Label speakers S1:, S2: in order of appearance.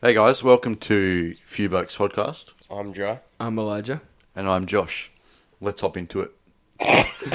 S1: Hey guys, welcome to Few Bucks Podcast,
S2: I'm Joe.
S3: I'm Elijah.
S1: and I'm Josh. Let's hop into it.